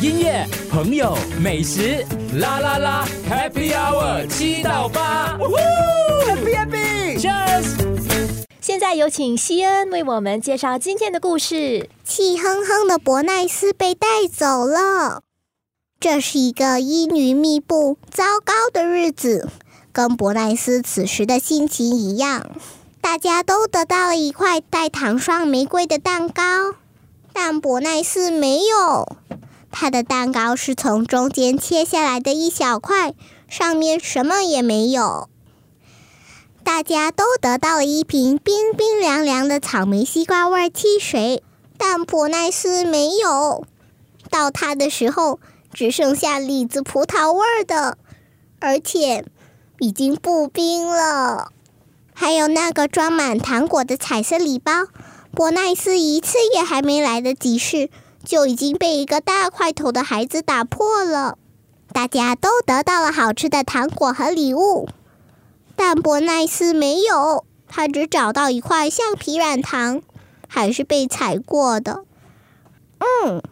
音乐、朋友、美食，啦啦啦，Happy Hour 七到八，Happy Happy，Cheers！现在有请西恩为我们介绍今天的故事。气哼哼的伯奈斯被带走了。这是一个阴云密布、糟糕的日子，跟伯奈斯此时的心情一样。大家都得到了一块带糖霜玫瑰的蛋糕，但伯奈斯没有。他的蛋糕是从中间切下来的一小块，上面什么也没有。大家都得到了一瓶冰冰凉凉的草莓西瓜味儿汽水，但伯奈斯没有。到他的时候，只剩下李子葡萄味儿的，而且已经不冰了。还有那个装满糖果的彩色礼包，伯奈斯一次也还没来得及试，就已经被一个大块头的孩子打破了。大家都得到了好吃的糖果和礼物，但伯奈斯没有，他只找到一块橡皮软糖，还是被踩过的。嗯，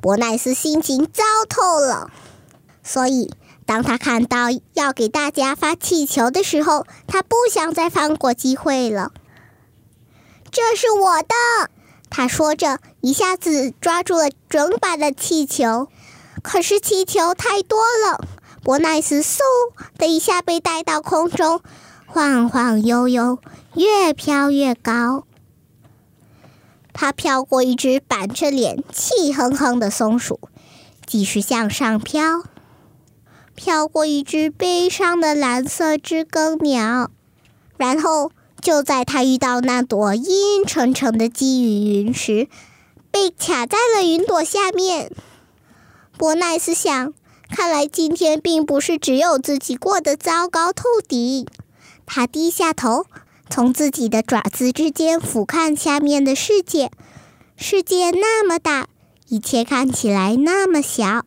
伯奈斯心情糟透了，所以当他看到要给大家发气球的时候，他不想再放过机会了。这是我的，他说着，一下子抓住了整把的气球。可是气球太多了，伯奈斯嗖的一下被带到空中，晃晃悠悠，越飘越高。他飘过一只板着脸、气哼哼的松鼠，继续向上飘。飘过一只悲伤的蓝色知更鸟，然后就在他遇到那朵阴沉沉的积雨云时，被卡在了云朵下面。伯奈斯想，看来今天并不是只有自己过得糟糕透顶。他低下头，从自己的爪子之间俯瞰下面的世界。世界那么大，一切看起来那么小。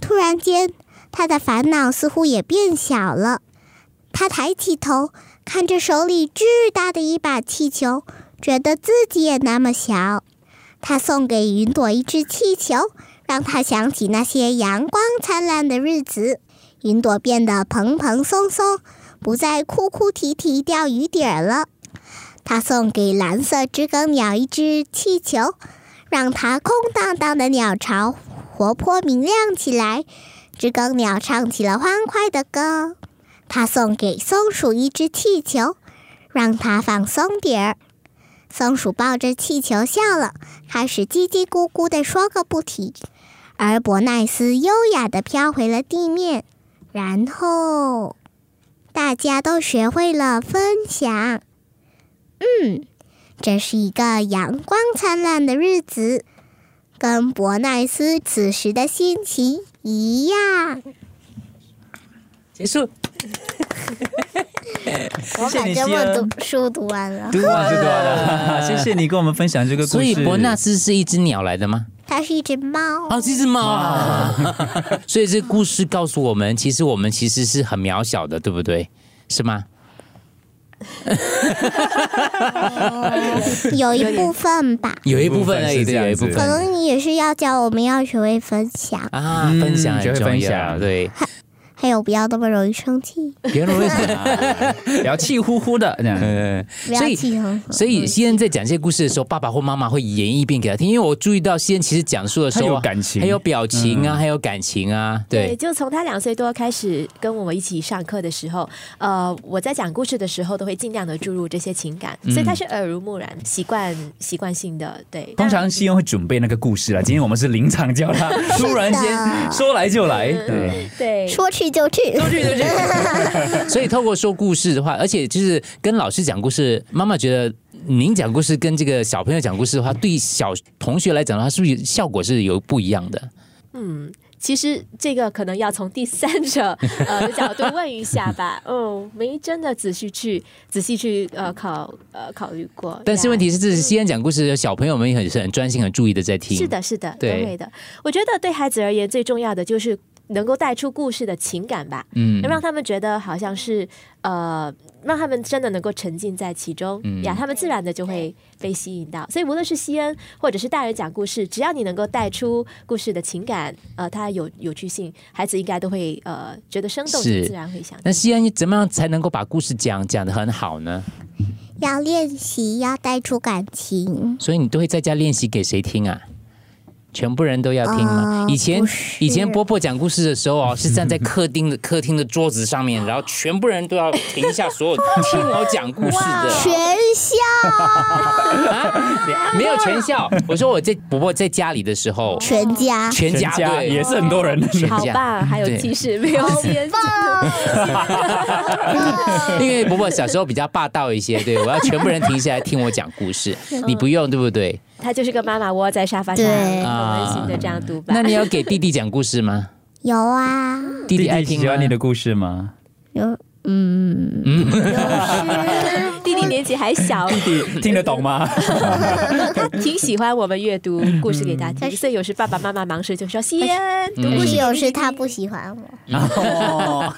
突然间，他的烦恼似乎也变小了。他抬起头，看着手里巨大的一把气球，觉得自己也那么小。他送给云朵一只气球，让他想起那些阳光灿烂的日子。云朵变得蓬蓬松松，不再哭哭啼啼掉雨点儿了。他送给蓝色知更鸟一只气球，让它空荡荡的鸟巢活泼明亮起来。知更鸟唱起了欢快的歌。他送给松鼠一只气球，让它放松点儿。松鼠抱着气球笑了，开始叽叽咕咕地说个不停。而伯奈斯优雅地飘回了地面。然后，大家都学会了分享。嗯，这是一个阳光灿烂的日子。跟伯奈斯此时的心情一样。结束，我谢把你这西本恩读书读完了，读完就读完 了， 谢谢你跟我们分享这个故事。所以伯纳斯是一只鸟来的吗？它是一只猫。哦，是一只猫啊！ 所以这故事告诉我们，其实我们其实是很渺小的，对不对？是吗？有一部分吧，有一部分而已，有一部分是对，这样有一部可分能也是要教我们要学会分享，啊，嗯分享很学重会分要，享对，还有不要那么容易 生气，别人会想 不要气呼呼的这样。嗯，不要所以气哼哼。所以西恩在讲这些故事的时候，爸爸或妈妈会演绎一遍给他听，因为我注意到西恩其实讲述的时候啊他有感情还有表情啊，还有感情啊，对，就从他两岁多开始跟我们一起上课的时候，呃，我在讲故事的时候都会尽量的注入这些情感，所以他是耳濡目染，习惯习惯性的对。通常西恩会准备那个故事啦，今天我们是临场教他，突然间说来就来，对，嗯对说去就去，所以透过说故事的话，而且就是跟老师讲故事，妈妈觉得您讲故事跟这个小朋友讲故事的话，对小同学来讲的话，是不是效果是有不一样的？ 其实这个可能要从第三者 呃的角度问一下吧。嗯，没真的仔细去仔细去呃考呃考虑过。但是呀问题是，这是西安讲故事，小朋友们也很是很专心、很注意的在听。是，的，是的，对都会的。我觉得对孩子而言，最重要的就是能够带出故事的情感吧，嗯能让他们觉得好像是呃让他们真的能够沉浸在其中嗯呀，他们自然的就会被吸引到。所以无论是西恩或者是大人讲故事，只要你能够带出故事的情感，呃，它有有趣性，孩子应该都会呃觉得生动，是自然会想。那西安怎么样才能够把故事讲讲得很好呢？要练习，要带出感情。所以你都会在家练习给谁听啊？全部人都要听吗？呃以前不是以前波波讲故事的时候哦，是站在客厅的客厅的桌子上面，然后全部人都要停下所有听我讲故事全的，校 没有全校。我说我在波波在家里的时候，全家，全家对也是很多人的。好棒，还有 对记事没有先 因为伯伯小时候比较霸道一些，对我要全部人停下来听我讲故事，你不用对不对？他就是个妈妈窝在沙发上，对很温馨的这样读吧。啊那你要给弟弟讲故 事吗？ 有啊，弟弟弟爱弟听喜吗欢你的故事吗？有，嗯，有 弟弟年纪还小，弟弟听得懂吗？他 挺喜欢我们阅读故事给他听，所以有时爸爸妈妈忙时就说：“西恩，读故是，事有时他不喜欢我。 哦，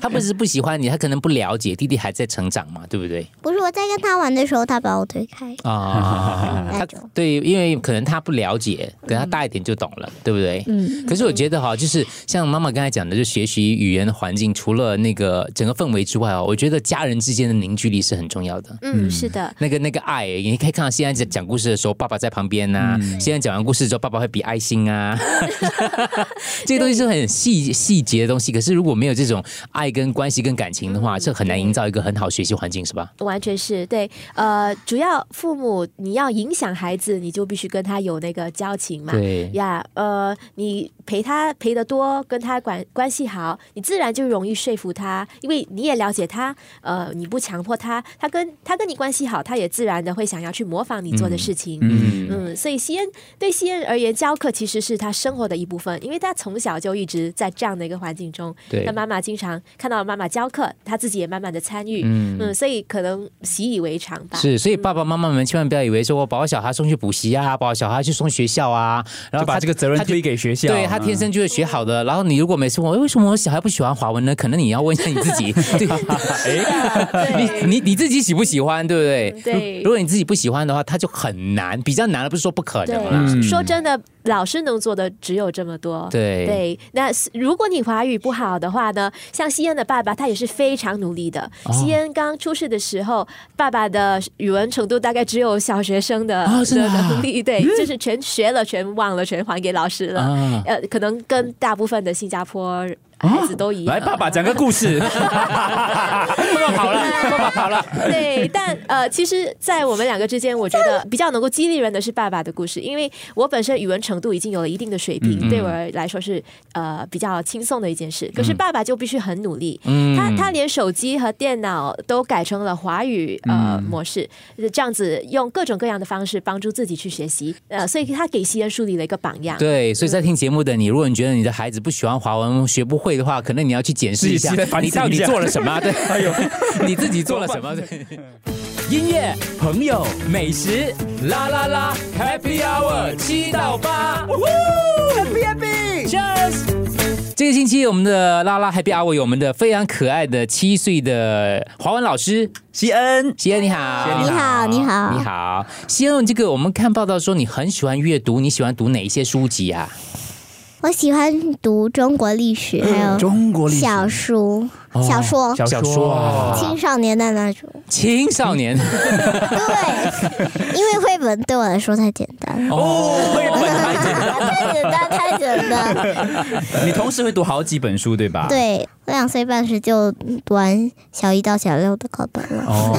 他不是不喜欢你，他可能不了解弟弟还在成长嘛，对不对？不是我在跟他玩的时候，他把我推开， 啊、那种对，因为可能他不了解，等他大一点就懂了，对不对？嗯。可是我觉得哈，就是像妈妈刚才讲的，就学习语言的环境，除了那个整个氛围之外哦，我觉得家人之间的凝聚力是很重要的。嗯，是的，那个那个爱，你可以看到现在讲讲故事的时候，爸爸在旁边呐、嗯现在讲完故事之后，爸爸会比爱心啊， 这些东西是很细细节的东西。可是如果没有这种爱跟关系跟感情的嗯话，这很难营造一个很好学习环境，是吧？完全是对。呃，主要父母你要影响孩子，你就必须跟他有那个交情嘛。对呀呃，你陪他陪得多，跟他关关系好，你自然就容易说服他，因为你也了解他，呃，你不强迫他，他跟他跟你关系好，他也自然的会想要去模仿你做的事情。嗯，嗯，所以西恩对西恩而言，教课其实是他生活的一部分，因为他从小就一直在这样的一个环境中。对那妈妈经常看到妈妈教课，他自己也慢慢的参与，嗯嗯所以可能习以为常吧。是，所以爸爸妈妈们千万不要以为说我把我小孩送去补习啊，把我小孩去送学校啊，就然后把他这个责任他就推给学校。啊对他天生就会学好的。然后你如果每次问我哎为什么我小孩不喜欢华文呢，可能你要问一下你自 己，对，哎 你你你自己喜不喜欢，对不对？对如果你自己不喜欢的话，他就很难，比较难了，不是说不可能对，啦。说真的，老师能做的只有这么多。对对，那是如果你华语不好的话呢，像西恩的爸爸，他也是非常努力的。哦西恩刚出世的时候，爸爸的语文程度大概只有小学生的啊真的啊能力，对，就是全学了，全忘了，全还给老师了。啊哦呃，可能跟大部分的新加坡孩子都一样。嗯来，爸爸讲个故事。爸爸跑了，爸爸跑了。对，但呃，其实，在我们两个之间，我觉得比较能够激励人的是爸爸的故事，因为我本身语文程度已经有了一定的水平，对我来说是呃比较轻松的一件事。可是爸爸就必须很努力，他他连手机和电脑都改成了华语呃、模式，这样子用各种各样的方式帮助自己去学习，呃，所以他给西恩树立了一个榜样。对，所以在听节目的你，如果你觉得你的孩子不喜欢华文，学不会的话，可能你要去检视一下自己反省你一下到底做了什么。对， 哎呦，你自己做了什么？对。音乐、朋友、美食，啦啦啦，Happy Hour 七到八，Happy Happy，Cheers。这个星期我们的拉拉 Happy Hour 有我们的非常可爱的七岁的华文老师西恩，西恩，你好，你好你好啊你好，西恩，这个我们看报道说你很喜欢阅读，你喜欢读哪一些书籍啊？我喜欢读中国历史，还有中国历史小书、小说、小说啊，青少年的那种。青少年对，因为绘本对我来说太简单了，哦，绘本还真 太简单，太简单。 你同时会读好几本书对吧？。对我两岁半时就读完小一到小六的课本了。哦，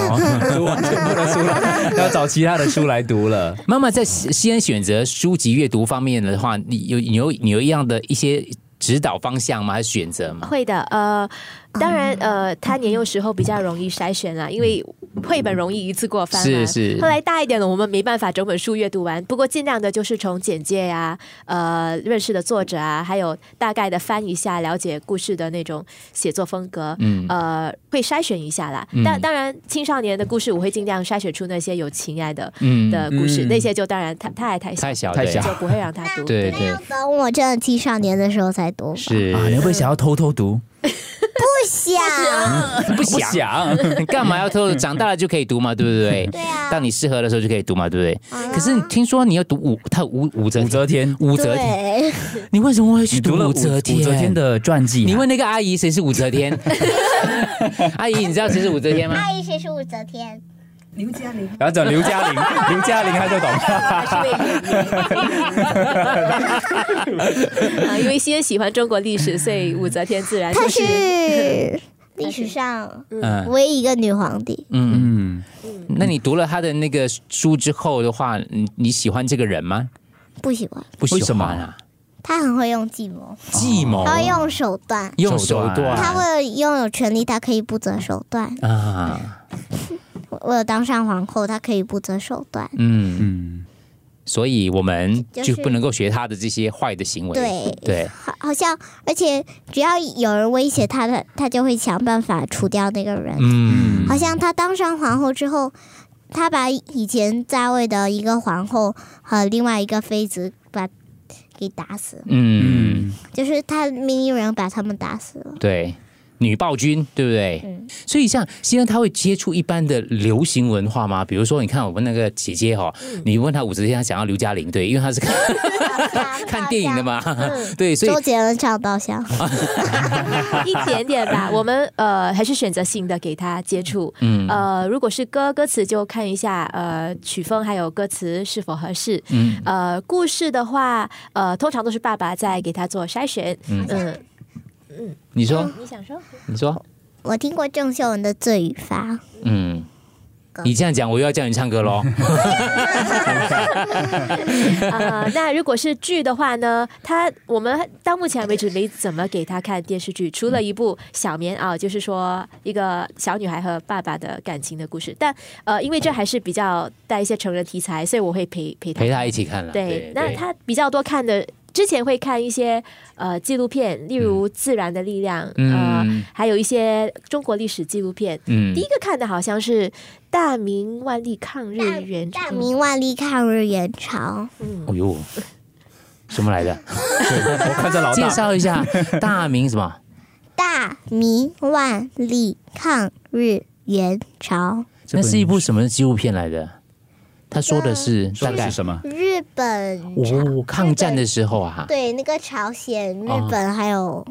读完全部的书了，要找其他的书来读了。妈妈在西西安选择书籍阅读方面的话，你有你有你有一样的一些指导方向吗？还是选择吗？会的，呃，当然，呃，他年幼时候比较容易筛选啦，因为绘本容易一次过翻嘛。是是后来大一点了，我们没办法整本书阅读完，不过尽量的就是从简介呀、呃，认识的作者啊，还有大概的翻一下，了解故事的那种写作风格，嗯呃，会筛选一下啦。但当然，青少年的故事我会尽量筛选出那些有情爱的嗯，的故事，嗯那些就当然他他还太小，太小太对小就不会让他读。对对要等我真的青少年的时候才读吧。是啊，你会不会想要偷偷读？想。不不想，想，你 干嘛要偷？长大了就可以读嘛，对不对？对啊当你适合的时候就可以读嘛，对不好对？啦可是你听说你要读武，他武武则武则天，武则天，对，你为什么会去你读读了武武则天？武则天的传记啊，你问那个阿姨谁是武则 天？阿姨，你知道谁是武则天吗？阿姨谁是武则 天？刘嘉玲，然后找刘嘉玲，刘嘉玲她就懂。 啊，因为先喜欢中国历史，所以武则天自然她就是是历史上嗯唯一一个女皇帝。嗯，嗯，那你读了她的那个书之后的话，你你喜欢这个人吗？不喜欢，不为喜什么欢啊，她很会用计谋，计谋她会哦用手段。哦用手手段她段为了拥有权力，她可以不择手段；啊，为了当上皇后，她可以不择手段。嗯，嗯，所以我们就就是不能够学她的这些坏的行为。对对，好，好像而且只要有人威胁她的，她就会想办法除掉那个人。嗯好像她当上皇后之后，她把以前在位的一个皇后和另外一个妃子把给打死，嗯。就是她命令人把他们打死了。对，女暴君，对不对？嗯所以像先生他会接触一般的流行文化吗？比如说，你看我们那个姐姐哈、嗯你问她武则天，她想要刘嘉玲，对，因为她是 看 看电影的嘛，对，所以嗯周杰伦唱稻香，一点点吧。我们呃还是选择性的给他接触。嗯呃，如果是歌歌词，就看一下呃曲风还有歌词是否合适。嗯呃，故事的话，呃，通常都是爸爸在给他做筛选。嗯嗯，你说，你想说？你说，我听过郑秀文的《罪与罚》，嗯。你这样讲，我又要叫你唱 歌喽。呃，那如果是剧的话呢，他我们到目前为止没怎么给他看电视剧，除了一部《小棉袄》，就是说一个小女孩和爸爸的感情的故事。但呃，因为这还是比较带一些成人题材，所以我会陪陪他陪他一起看了。对，那他比较多看的，之前会看一些呃纪录片，例如《自然的力量》嗯呃，还有一些中国历史纪录片。嗯第一个看的好像是《大明万历抗日援朝嗯大》，明万历抗日援朝，哦呦，什么 来着？我看着老介大，绍一下，大明什么？大明万历抗日援朝，那是一部什么纪录片来的？他说的是说大的概是什么？日本哦，抗战的时候啊，对，那个朝鲜、日哦本还有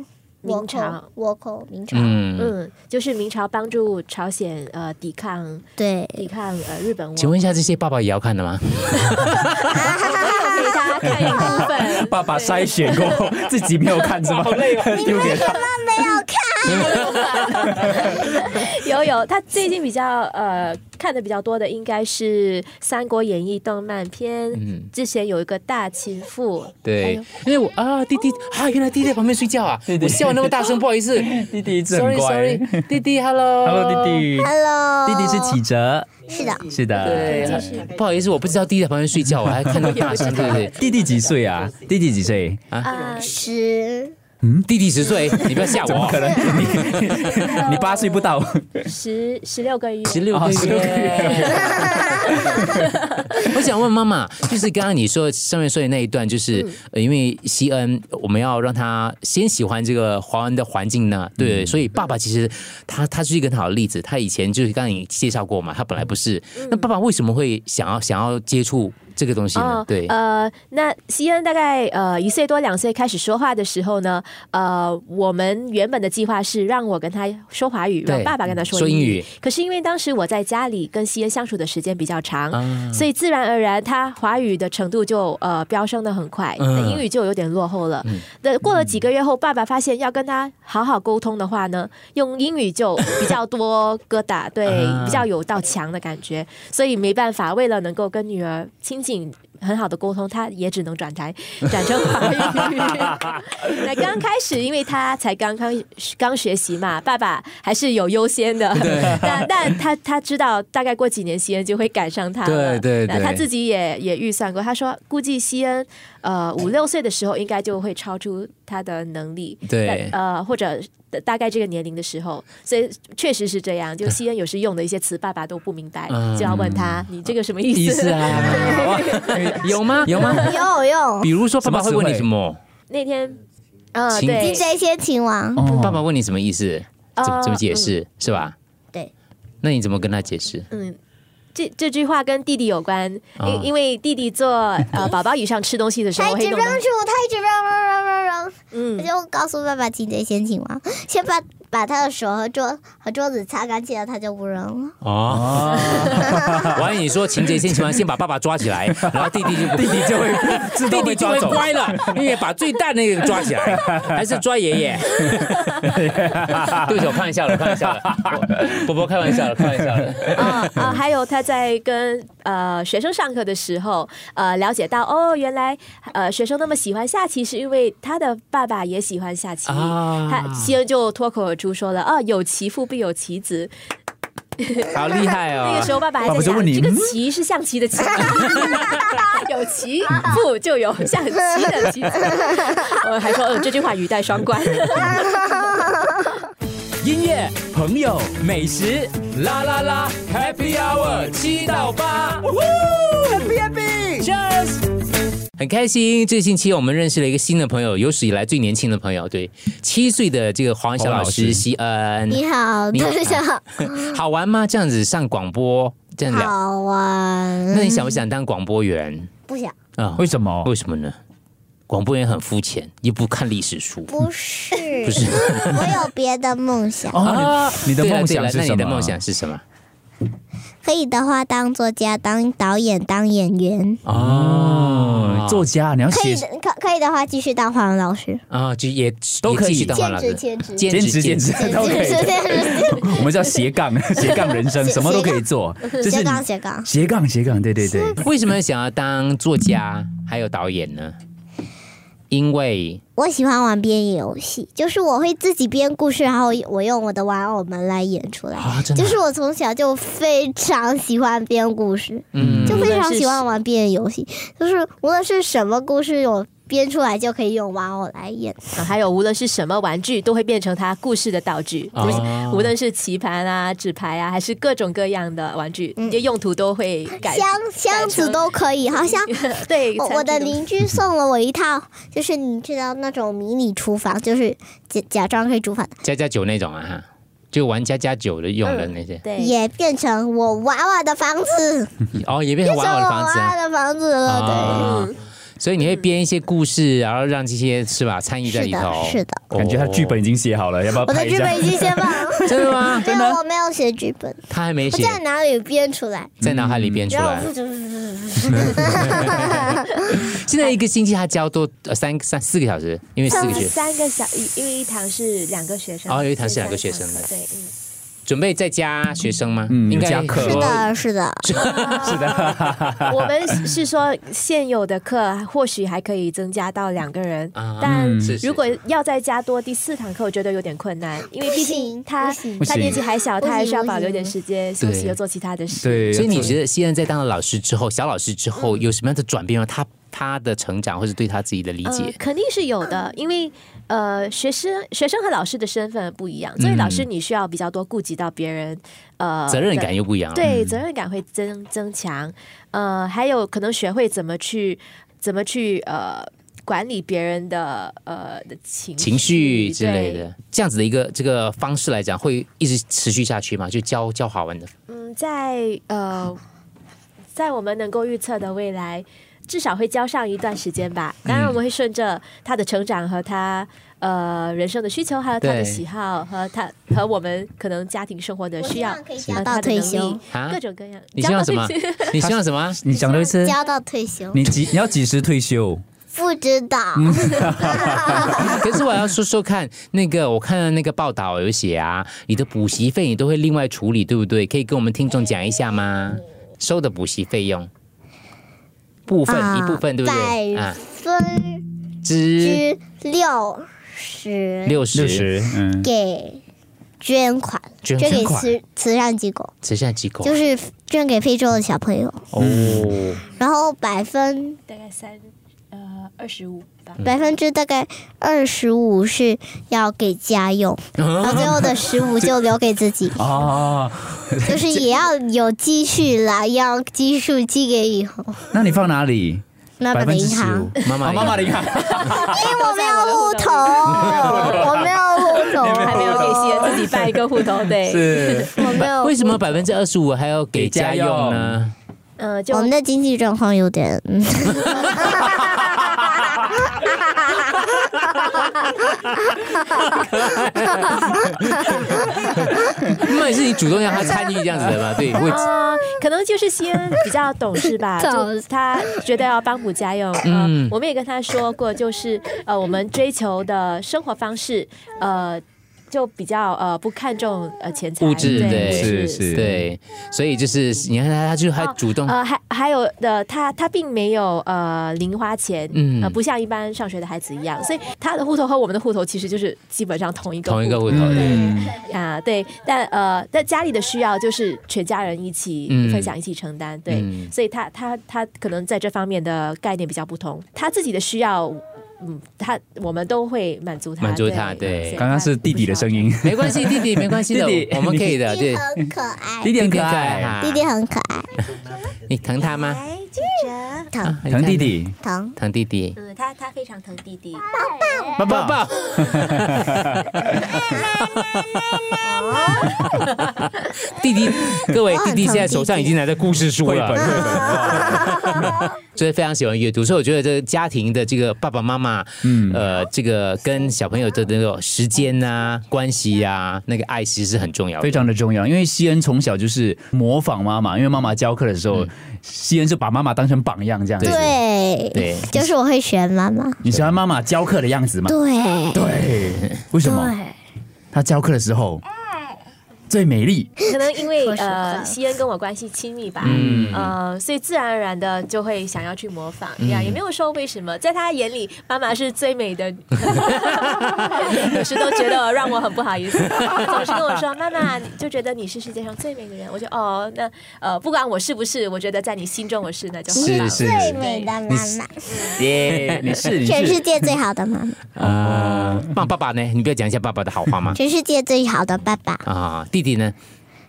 倭明朝寇、倭寇、明朝，嗯，嗯，就是明朝帮助朝鲜呃抵抗对，抵抗呃日本。请问一下，这些爸爸也要看的吗？我有陪他看一部 分，爸爸筛选过后，自己没有看是吗？好累哦，丢给他。 有有，他最近比较呃看的比较多的应该是《三国演义》动漫片，嗯之前有一个《大秦赋》，对，因为我啊，弟哦弟啊，原来弟弟在旁边睡觉啊，我笑那么大声，不好 意思弟弟一直很，sorry 乖。 sorry，弟呃弟 ，hello Hello，弟弟， Hello，弟弟是启哲，是的，是的。对，不好意思，我不知道弟弟在旁边睡觉，我还看到大 声，对不对？弟弟几岁啊？弟弟几岁？十嗯弟弟十岁，你不要吓怎么我啊可，能？你 你八岁不到，十十六个月，十六个哦16个月。 我想问妈妈，就是刚刚你说上面说的那一段，就是、呃因为西恩，我们要让他先喜欢这个华文的环境呢，对，所以爸爸其实他他是一个很好的例子，他以前就是刚刚你介绍过嘛，他本来不是，那爸爸为什么会想要想要接触这个东西呢？哦，对，呃，那西恩大概呃一岁多两岁开始说话的时候呢，呃，我们原本的计划是让我跟他说华语，对让爸爸跟他说说英英语可是因为当时我在家里跟西恩相处的时间比较长，啊所以自然而然他华语的程度就呃飙升的很快，嗯英语就有点落后了。那过了几个月后，爸爸发现要跟他好好沟通的话呢，用英语就比较多疙 瘩，对啊，比较有道墙的感觉，所以没办法，为了能够跟女儿亲近。很好的沟通，他也只能转台，转成华语。 那刚开始，因为他才刚刚刚学习嘛，爸爸还是有优先的。 那那他他知道，大概过几年，西恩就会赶上他了。对对那他对自己也也预算过，他说估计西恩呃五六岁的时候，应该就会超出他的能力。对那呃，或者大概这个年龄的时候，所以确实是这样。就西恩有时用的一些词，爸爸都不明白，嗯就要问他你这个什么意思 啊，有吗？有吗？有有比如说爸爸会问你什么？ 那天，啊、请对， DJ 先秦王，哦嗯爸爸问你什么意思？怎么呃怎么解释、是吧？对，那你怎么跟他解释？嗯，这这句话跟弟弟有关，因、啊因为弟 弟坐呃宝宝椅上吃东西的时候他一会直弄嚷出，到，他一直嚷嚷嚷嚷嚷，我嗯，就告诉爸爸清洁先请王，先把把他的手和桌和桌子擦干净了，他就不扔了。哦， 完了你说情节先行完，先把爸爸抓起来，然后弟弟就弟弟就会 自弟动弟被就抓会走。乖了，因为把最大那个抓起来，还是抓爷爷？对不起，我开玩笑了，开玩笑了，我伯伯开玩笑了，开玩笑了。啊啊、还有他在跟呃学生上课的时候，呃，了解到哦，原来呃学生那么喜欢下棋，是因为他的爸爸也喜欢下棋，啊他西恩就脱口而出说了，啊，有其父必有其子，好厉害那哦个！时候，爸爸还爸啊在爸就想，问你这个嗯棋是象棋 的 棋，有棋不就有象棋的 棋子。我还说，嗯，这句话语带双关。音乐、朋友、美食，啦啦啦，Happy Hour 七到八，Happy Happy，Cheers。很开心，这星期我们认识了一个新的朋友，有史以来最年轻的朋友，对，七岁的这个黄晓老黄老师师西恩，你好，你好大家 好玩吗？这样子上广播，这样聊，好玩。那你想不想当广播员不想？啊？为什么？为什么呢？广播员很肤浅，也不看历史书。不是，不是我有别的梦想。哦， 你你的对了梦啊对想了是那什么？你的梦想是什么？可以的话，当作家、当导演、当演员。哦，作家，你要可以写的，可可以的话，继续当华文老师，啊，就也都可以也继续当黄兼老职师兼职兼兼职兼兼职职，兼都可以职，兼职， 我们叫斜杠斜杠人 生，斜什么都可以做，这是斜你杠斜杠。斜杠斜杠，对对对， 为什么想要当作家还有导演呢？因为我喜欢玩编游戏，就是我会自己编故事，然后我用我的玩偶们来演出来。啊，真的就是我从小就非常喜欢编故事，嗯就无非论常是喜欢玩编游戏，就是无论是什么故事，我编出来就可以用玩偶来演。啊还有，无论是什么玩具，都会变成他故事的道具。哦就是无论是棋盘啊、纸牌啊，还是各种各样的玩具，这用途都会改。箱箱子都可以，好像对，我餐具我的都邻居送了我一套，就是你知道那种迷你厨房，就是假假装可以煮饭，加加酒那种啊，哈，就玩加加酒的用的那些，对，也变成我娃娃的房子，哦，也变变成成我玩偶的房子娃娃啊。的房子了，啊所以你会编一些故事，然后让这些是吧参与对，在是里头的，，是的，哦感觉他剧本已经写好了，要不要哦我拍的一剧下本？已经写好 了，真的吗？因为我没有写剧本，他还没我写，在哪里编出来，在脑海里编出然后来我。就 现在一个星期他教多呃三三四个小时，因为四个学三个小，一因为一堂是两个学生，哦有一堂是两个所以三学生的对， 嗯。准备再加学生吗？嗯应该有加课是的，是的，我们是说现有的课或许还可以增加到两个人，啊但嗯是是如果要再加多第四堂课，我觉得有点困难，因为毕竟他不行不行他年纪还小，不他行还是要保留点时间休息，对又做其他的事。对，所以你觉得西恩在当了老师之后，小老师之后有什么样的转变吗？他他的成长，或者对他自己的理呃解？嗯肯定是有的，因为呃，学生学生和老师的身份不一样，作为老师你需要比较多顾及到别人，呃，嗯责任的感嗯又不一样了。对，责任感会增增强。呃，还有可能学会怎么去怎么去呃管理别人的呃的情情绪之类。对的，这样子的一个这个方式来讲，会一直持续下去吗？就教教华文的，嗯，在呃，在我们能够预测的未来。至少会教上一段时间吧。当嗯然，我们会顺着他的成长和他呃人生的需求，还有他对的喜好和他和我们可能家庭生活的需要，我希望可以呃教他到的能退休力，啊各种各样。你希望什么教到退 休你希望什么？你讲多一次，教到退休，你几你要几时退休？不知道，嗯可是我要说说看，那个我看了那个报道有写啊，你的补习费你都会另外处理，对不对？可以跟我们听众讲一下吗？收的补习费用部分、啊一部分，对不对？百啊，分之之六十六十六十，嗯，给捐款，捐给款慈慈善机构，慈善机构啊，就是捐给非洲的小朋友。哦，然后百分大概三呃二十五吧。百分之大概二十五是要给家 用，然后最后的十五就留给自 己，哦，就是也要有积蓄啦，要积蓄积给以后那你放哪里？妈百妈的分之银十五行。，哎妈妈啊妈妈的银行， 因为我没有户头，我没有户头，哦还没有给西恩自己办一个户头，对，是我没有为什么百分之二十五还要给家用呢？嗯，就 我们的经济状况有点， 嗯 那也是你主动让他参与这样子的嘛？对，会啊、可能就是先比较懂事吧，就他觉得要帮补家用。嗯、嗯我们也跟他说过，就是呃，我们追求的生活方式，呃，就比较呃不看重呃钱财，物质对是是对，所以就是你看他，他就还主动哦呃，还还有的，他他并没有呃零花钱，嗯呃，不像一般上学的孩子一样，所以他的户头和我们的户头其实就是基本上同一个同一个户头的，嗯，啊，对，但呃，但家里的需要就是全家人一起嗯分享、一起承担，对，嗯所以他他他可能在这方面的概念比较不同，他自己的需要，嗯，他我们都会满足他，满足他对所以刚刚是弟弟的声音，没关系，弟弟没关系的弟弟，我们可以的，弟对弟，很可爱，弟弟很可啊爱，弟弟很可爱，你疼他吗？疼啊疼弟，弟，疼。疼弟弟，嗯，他他非常疼弟弟，抱抱抱。 弟弟，各位我，弟很弟现在疼弟手上已弟经拿着故事书 绘了本，绘本，所以非常喜欢阅读，所以我觉得这个家庭的这个爸爸妈妈，嗯呃，这个跟小朋友的那种时间呐、关系呀、那个爱其实是很重要非的。常的重要，因为西恩从小就是模仿妈妈，因为妈妈教课的时候，嗯西恩就把妈妈当成榜样这样子。对，对就是我会选妈妈。你喜欢妈妈教课的样子吗？对，对，为什么？她教课的时候最美丽，可能因为说实话呃，西恩跟我关系亲密吧，嗯呃，所以自然而然的就会想要去模仿呀，也没有说为什么，在他眼里，妈妈是最美 的，有时都觉得哦让我很不好意思，总是跟我说妈妈，你就觉得你是世界上最美的人，我就哦，那呃，不管我是不是，我觉得在你心中我是，那就好是了。是最 美的妈妈，耶！你是你全世是界最好的妈妈，？啊，那、爸爸呢？你不要讲一下爸爸的好话 吗全世界最好的爸爸，啊，弟弟呢？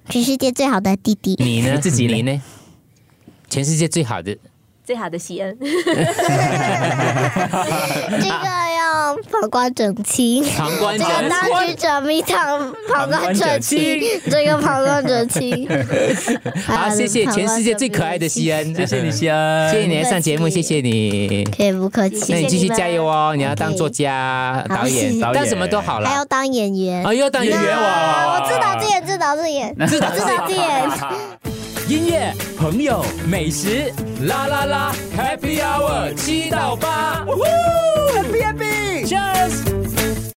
全世界最好的弟弟。你呢？你自己呢你呢？全世界最好的最好的西恩，这个要膀胱整齐。旁观这者，个当局者迷，躺膀胱整齐，这个膀胱整齐。好，谢谢膀胱全世界最可爱的整齐西恩，谢谢你，西恩，谢谢你来上节目，谢谢你。可以不客那气你，继谢谢你续们加油哦！你要当作家、好导谢演，谢当什么都好还了要。当演哎员。啊，又要当演员啊哇！我自导自演，自导自演，自导自演。音乐、朋友、美食，啦啦啦，Happy Hour 七到八，Happy Happy，Cheers。